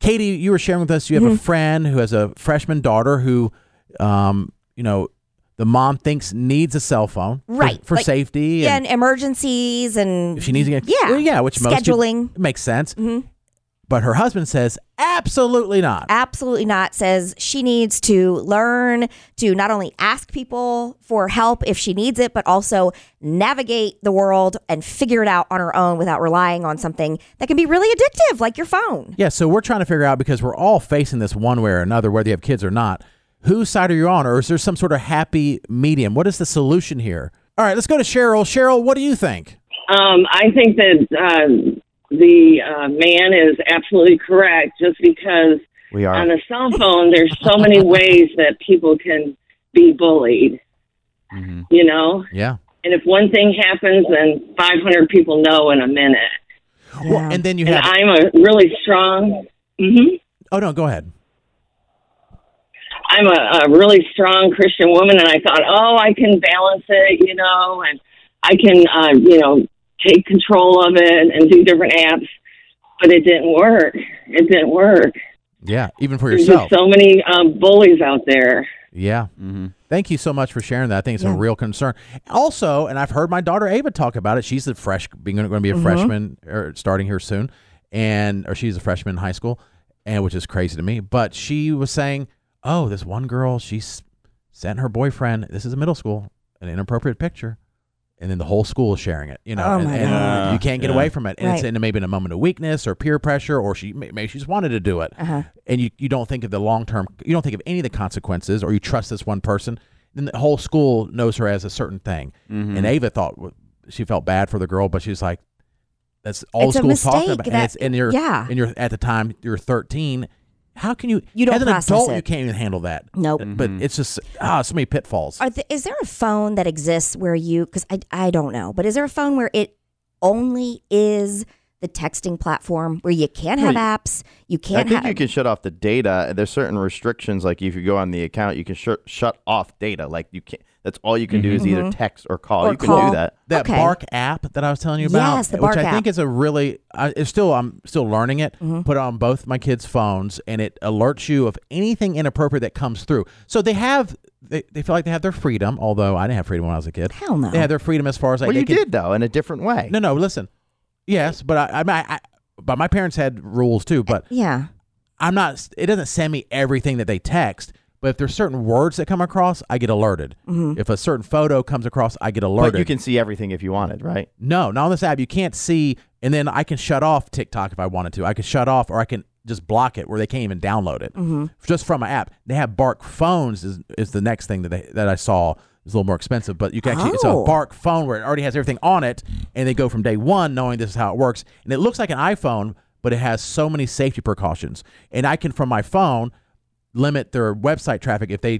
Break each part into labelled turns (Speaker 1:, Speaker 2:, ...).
Speaker 1: Katie, you were sharing with us you
Speaker 2: Mm-hmm.
Speaker 1: have a friend who has a freshman daughter who, um, you know, the mom thinks needs a cell phone for-
Speaker 2: Right,
Speaker 1: for
Speaker 2: like-
Speaker 1: safety.
Speaker 2: Yeah, and emergencies and
Speaker 1: if she needs to get
Speaker 2: yeah,
Speaker 1: well, yeah, which most people-
Speaker 2: scheduling.
Speaker 1: makes sense.
Speaker 2: Mhm.
Speaker 1: But her husband says absolutely not.
Speaker 2: absolutely not says she needs to learn to not only ask people for help if she needs it but also navigate the world and figure it out on her own without relying on something that can be really addictive like your phone
Speaker 1: Yeah, so we're trying to figure out because we're all facing this one way or another, whether you have kids or not. Whose side are you on, or is there some sort of happy medium? What is the solution here? All right, let's go to Cheryl. Cheryl, what do you think?
Speaker 3: Um, I think that um, the uh, man is absolutely correct, just because
Speaker 4: We are.
Speaker 3: on a cell phone, there's so many ways that people can be bullied,
Speaker 4: Mhm.
Speaker 3: you know?
Speaker 1: Yeah.
Speaker 3: And if one thing happens, then 500 people know in a minute.
Speaker 1: Well, and then you
Speaker 3: And
Speaker 1: have.
Speaker 3: I'm a really strong, hmm
Speaker 1: oh no, go ahead.
Speaker 3: I'm a, a really strong Christian woman, and I thought, oh, I can balance it, you know, and I can, uh, you know, take control of it and do different apps. But it didn't work. It didn't work.
Speaker 1: Yeah, even for
Speaker 3: There's
Speaker 1: yourself.
Speaker 3: just so many um, bullies out there.
Speaker 1: yeah.
Speaker 4: Mhm.
Speaker 1: Thank you so much for sharing that. I think it's a real concern. Also, and I've heard my daughter Ava talk about it. She's a fresh, being going to be a
Speaker 2: Mm-hmm.
Speaker 1: freshman or starting here soon, and or she's a freshman in high school, and which is crazy to me. But she was saying, "Oh, this one girl, she s- sent her boyfriend. This is a middle school, an inappropriate picture." And then the whole school is sharing it, you know,
Speaker 2: Oh
Speaker 1: and,
Speaker 2: my
Speaker 1: and
Speaker 4: God.
Speaker 1: you can't get
Speaker 4: Yeah.
Speaker 1: away from it. And it's
Speaker 2: Right.
Speaker 1: in maybe in a moment of weakness or peer pressure, or she may- maybe she's wanted to do it
Speaker 2: uh-huh.
Speaker 1: and you, you don't think of the long term, you don't think of any of the consequences, or you trust this one person, then the whole school knows her as a certain thing. And Ava thought w- she felt bad for the girl, but she's like, that's all
Speaker 2: It's
Speaker 1: the
Speaker 2: a
Speaker 1: school's talking
Speaker 2: mistake
Speaker 1: about. and,
Speaker 2: that-
Speaker 1: it's, and you're,
Speaker 2: yeah.
Speaker 1: and you're at the time you're 13. How can you?
Speaker 2: You don't
Speaker 1: as an
Speaker 2: process
Speaker 1: adult,
Speaker 2: it.
Speaker 1: you can't even handle that.
Speaker 2: Nope.
Speaker 1: But it's just ah, so many pitfalls.
Speaker 2: Are th- is there a phone that exists where you because I, I don't know but is there a phone where it only is the texting platform where you can't have apps you
Speaker 4: I
Speaker 2: can't
Speaker 4: think
Speaker 2: have
Speaker 4: you can shut off the data. There's certain restrictions, like if you go on the account, you can sh- shut off data. Like you can't. That's all you can do is either text or call.
Speaker 2: Mm-hmm. Or
Speaker 4: you can
Speaker 2: call.
Speaker 4: do that.
Speaker 1: that
Speaker 2: Okay.
Speaker 1: Bark app that I was telling you about,
Speaker 2: Yes, the
Speaker 1: which
Speaker 2: Bark
Speaker 1: I
Speaker 2: app. Mm-hmm.
Speaker 1: think is a really, I, it's still I'm still learning it. Put it on both my kids' phones, and it alerts you of anything inappropriate that comes through. So they have, they, they feel like they have their freedom. Although I didn't have freedom when I was a kid.
Speaker 2: Hell no.
Speaker 1: They had their freedom as far as like
Speaker 4: Well,
Speaker 1: they
Speaker 4: you
Speaker 1: could-
Speaker 4: did though, in a different way.
Speaker 1: No, no. Listen, yes, but I, I, I, I, but my parents had rules too. But
Speaker 2: yeah
Speaker 1: I'm not. It doesn't send me everything that they text. But if there's certain words that come across, I get alerted.
Speaker 2: Mm-hmm.
Speaker 1: If a certain photo comes across, I get alerted.
Speaker 4: but you can see everything if you wanted, right?
Speaker 1: No, not on this app. You can't see, and then I can shut off TikTok if I wanted to. I can shut off, or I can just block it where they can't even download it just from my app. They have Bark phones is, is the next thing that they, that I saw. It's a little more expensive, but you can actually it's a
Speaker 2: Oh.
Speaker 1: Bark phone where it already has everything on it, and they go from day one knowing this is how it works, and it looks like an iPhone, but it has so many safety precautions, and I can from my phone limit their website traffic if they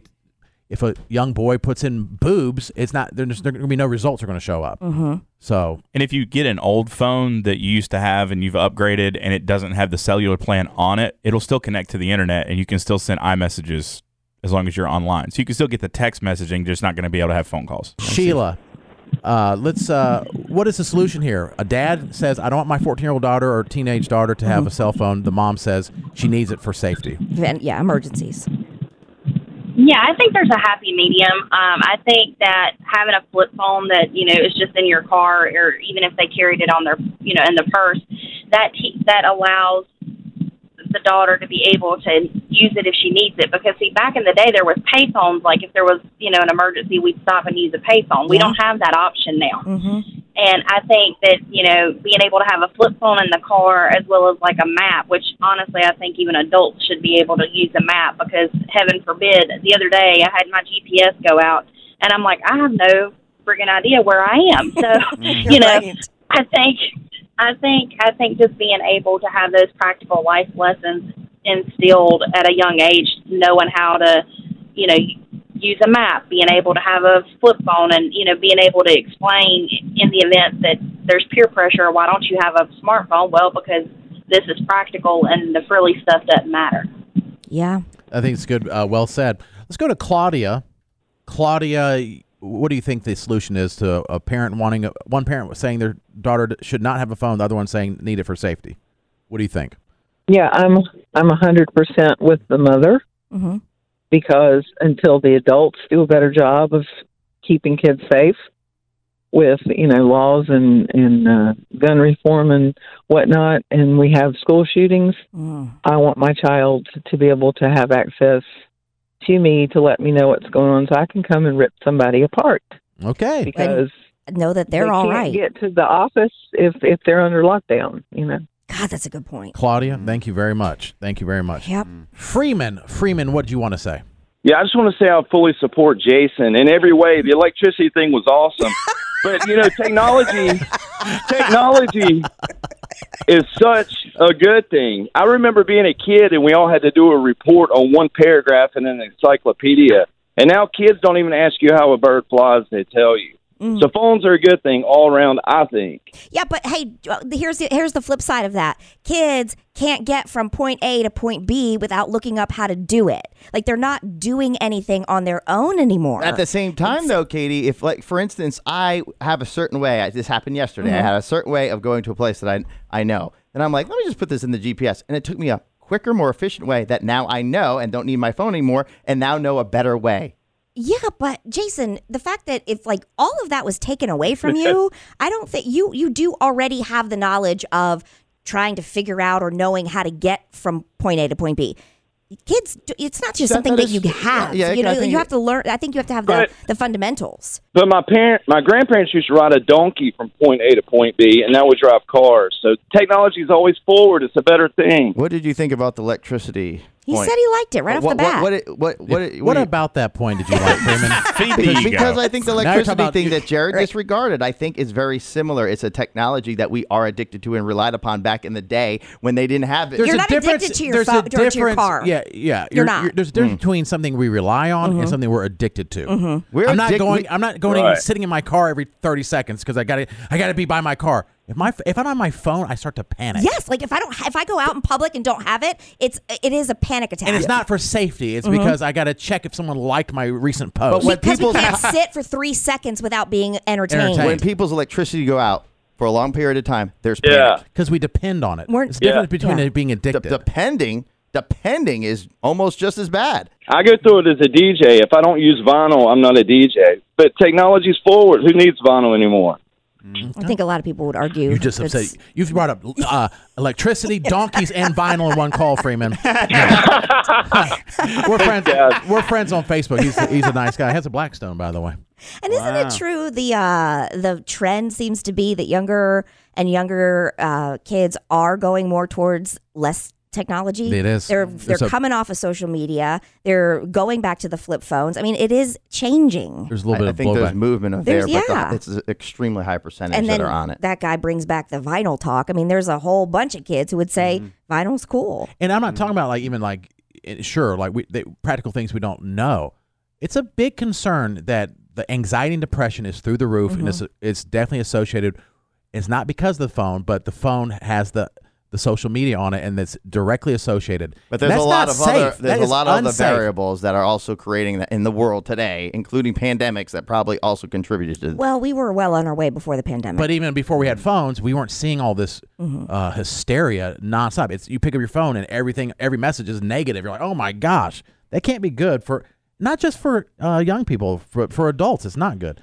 Speaker 1: if a young boy puts in boobs it's not there's, there's going to be no results are going to show up so
Speaker 5: And if you get an old phone that you used to have and you've upgraded and it doesn't have the cellular plan on it, it'll still connect to the internet and you can still send iMessages as long as you're online. So you can still get the text messaging, just not going to be able to have phone calls.
Speaker 1: Sheila, uh, let's. Uh, what is the solution here? A dad says, "I don't want my 14-year-old daughter or teenage daughter to have a cell phone." The mom says she needs it for safety.
Speaker 2: Then- yeah emergencies
Speaker 6: Yeah, I think there's a happy medium. Um, I think that having a flip phone that you know is just in your car, or even if they carried it on their you know in the purse, that te- that allows the daughter to be able to use it if she needs it. Because see, back in the day, there was pay phones. Like if there was you know an emergency, we'd stop and use a pay phone. We
Speaker 2: Yeah.
Speaker 6: don't have that option now.
Speaker 2: mm-hmm.
Speaker 6: And I think that, you know, being able to have a flip phone in the car as well as like a map, which honestly I think even adults should be able to use a map because heaven forbid, the other day I had my GPS go out and I'm like, I have no friggin' idea where I am. So, you know, I think, I think, I think just being able to have those practical life lessons instilled at a young age, knowing how to, you know, use a map, being able to have a flip phone, and you know, being able to explain in the event that there's peer pressure, why don't you have a smartphone? Well, because this is practical, and the frilly stuff doesn't matter.
Speaker 2: yeah
Speaker 1: I think it's good. Uh, well said. Let's go to Claudia. Claudia, what do you think the solution is to a parent wanting a, one parent saying their daughter should not have a phone, the other one saying need it for safety? What do you think?
Speaker 7: Yeah, I'm I'm a hundred percent with the mother
Speaker 2: Mm-hmm.
Speaker 7: because until the adults do a better job of keeping kids safe with you know laws and and uh, gun reform and whatnot, and we have school shootings,
Speaker 2: Mm-hmm.
Speaker 7: I want my child to be able to have access to me to let me know what's going on, so I can come and rip somebody apart
Speaker 1: Okay.
Speaker 7: because
Speaker 2: Know that they're
Speaker 7: they
Speaker 2: all
Speaker 7: can't
Speaker 2: right.
Speaker 7: Get to the office if if they're under lockdown, you know.
Speaker 2: God, that's a good point.
Speaker 1: Claudia, thank you very much. Thank you very much.
Speaker 2: Yep.
Speaker 1: Freeman, Freeman, what do you want to say?
Speaker 8: Yeah, I just want to say I fully support Jason in every way. The electricity thing was awesome. but, you know, technology technology is such a good thing. I remember being a kid and we all had to do a report on one paragraph in an encyclopedia. And now kids don't even ask you how a bird flies, they tell you. So phones are a good thing all around, I think.
Speaker 2: Yeah, but hey, uh, here's the, here's the flip side of that. Kids can't get from point A to point B without looking up how to do it. Like they're not doing anything on their own anymore.
Speaker 4: At the same time, though, Katie, if like for instance, I have a certain way. I, this happened yesterday.
Speaker 2: Mm-hmm.
Speaker 4: I had a certain way of going to a place that I I know, and I'm like, let me just put this in the GPS, and it took me a quicker, more efficient way that now I know and don't need my phone anymore, and now know a better way.
Speaker 2: yeah, but Jason, the fact that if like all of that was taken away from you, I don't think you you do already have the knowledge of trying to figure out or knowing how to get from point A to point B. Kids, do- it's not just
Speaker 4: That-
Speaker 2: something
Speaker 4: that
Speaker 2: that,
Speaker 4: is-
Speaker 2: you have.
Speaker 4: yeah,
Speaker 2: you
Speaker 4: I
Speaker 2: know,
Speaker 4: think
Speaker 2: you
Speaker 4: it-
Speaker 2: have to learn. I think you have to have the,
Speaker 8: But-
Speaker 2: the fundamentals.
Speaker 8: But my parent, my grandparents used to ride a donkey from point A to point B, and now we drive cars. So technology is always forward. It's a better thing.
Speaker 4: What did you think about the electricity?
Speaker 2: He
Speaker 4: point?
Speaker 2: said he liked it right off
Speaker 4: what,
Speaker 2: the bat.
Speaker 4: What what what what, what,
Speaker 1: What about that point did you like, Freeman?
Speaker 5: Feed the
Speaker 4: because,
Speaker 5: ego.
Speaker 4: because I think the
Speaker 1: Now you're talking
Speaker 4: electricity
Speaker 1: about-
Speaker 4: thing that Jared disregarded, I think, is very similar. It's a technology that we are addicted to and relied upon back in the day when they didn't have it.
Speaker 1: There's
Speaker 2: You're
Speaker 1: a
Speaker 2: not
Speaker 1: difference-
Speaker 2: addicted to your
Speaker 1: there's a
Speaker 2: phone- or to your
Speaker 1: difference-
Speaker 2: car.
Speaker 1: Yeah, yeah.
Speaker 2: You're not.
Speaker 1: there's a difference
Speaker 4: Mm.
Speaker 1: between something we rely on and something we're addicted to.
Speaker 4: Mm-hmm.
Speaker 2: Mm-hmm.
Speaker 4: We're
Speaker 1: I'm not
Speaker 4: addic-
Speaker 1: going.
Speaker 4: we-
Speaker 1: I'm not going
Speaker 8: Right.
Speaker 1: and sitting in my car every 30 seconds because I got to. I got to be by my car. If my if I'm on my phone, I start to panic.
Speaker 2: Yes, like if I don't, if I go out in public and don't have it, it's it is a panic attack.
Speaker 1: and it's not for safety. It's
Speaker 2: Mm-hmm.
Speaker 1: because I got to check if someone liked my recent post.
Speaker 4: But what-
Speaker 2: because we
Speaker 4: people's-
Speaker 2: can't sit for three seconds without being entertained.
Speaker 1: Entertained.
Speaker 4: when people's electricity go out for a long period of time, there's
Speaker 8: Yeah.
Speaker 4: panic.
Speaker 1: because we depend on it.
Speaker 2: We're-
Speaker 1: It's the difference
Speaker 8: Yeah.
Speaker 1: between
Speaker 2: Yeah.
Speaker 1: it being
Speaker 4: De-
Speaker 1: addicted.
Speaker 4: depending, depending is almost just as bad.
Speaker 8: I go through it as a DJ. If I don't use vinyl, I'm not a DJ. But technology's forward. Who needs vinyl anymore?
Speaker 2: I think a lot of people would argue.
Speaker 1: you just
Speaker 2: it's-
Speaker 1: upset. You've brought up uh, electricity, donkeys, and vinyl in one call, Freeman. we're friends. We're friends on Facebook. He's he's a nice guy. He has a Blackstone, by the way.
Speaker 2: And isn't it true the uh, the trend seems to be that younger and younger uh, kids are going more towards less technology.
Speaker 1: It is.
Speaker 2: They're
Speaker 1: It's
Speaker 2: they're
Speaker 1: a-
Speaker 2: coming off of social media. They're going back to the flip phones. I mean, it is changing.
Speaker 1: There's a
Speaker 4: I,
Speaker 1: little
Speaker 4: I
Speaker 1: bit
Speaker 4: think
Speaker 1: of
Speaker 4: there's
Speaker 1: blowback.
Speaker 4: movement of
Speaker 2: There's-
Speaker 4: there, but the-
Speaker 2: yeah.
Speaker 4: it's an extremely high percentage
Speaker 2: And then
Speaker 4: that are on it.
Speaker 2: that guy brings back the vinyl talk. I mean, there's a whole bunch of kids who would say
Speaker 1: Mm-hmm.
Speaker 2: vinyl's cool.
Speaker 1: and I'm not talking about like even like eh, sure like we they, practical things we don't know. It's a big concern that the anxiety and depression is through the roof, and it's it's definitely associated. It's not because of the phone, but the phone has the the social media on it, and it's directly associated.
Speaker 4: But there's
Speaker 1: That's
Speaker 4: a
Speaker 1: not
Speaker 4: lot of
Speaker 1: safe.
Speaker 4: other
Speaker 1: That
Speaker 4: there's a
Speaker 1: is
Speaker 4: lot of other
Speaker 1: unsafe.
Speaker 4: variables that are also creating that in the world today, including pandemics that probably also contributed to
Speaker 2: Well, we were well on our way before the pandemic.
Speaker 1: But even before we had phones, we weren't seeing all this uh, hysteria nonstop. It's you pick up your phone and everything, every message is negative. You're like, oh my gosh, that can't be good for not just for uh, young people, for for adults, it's not good.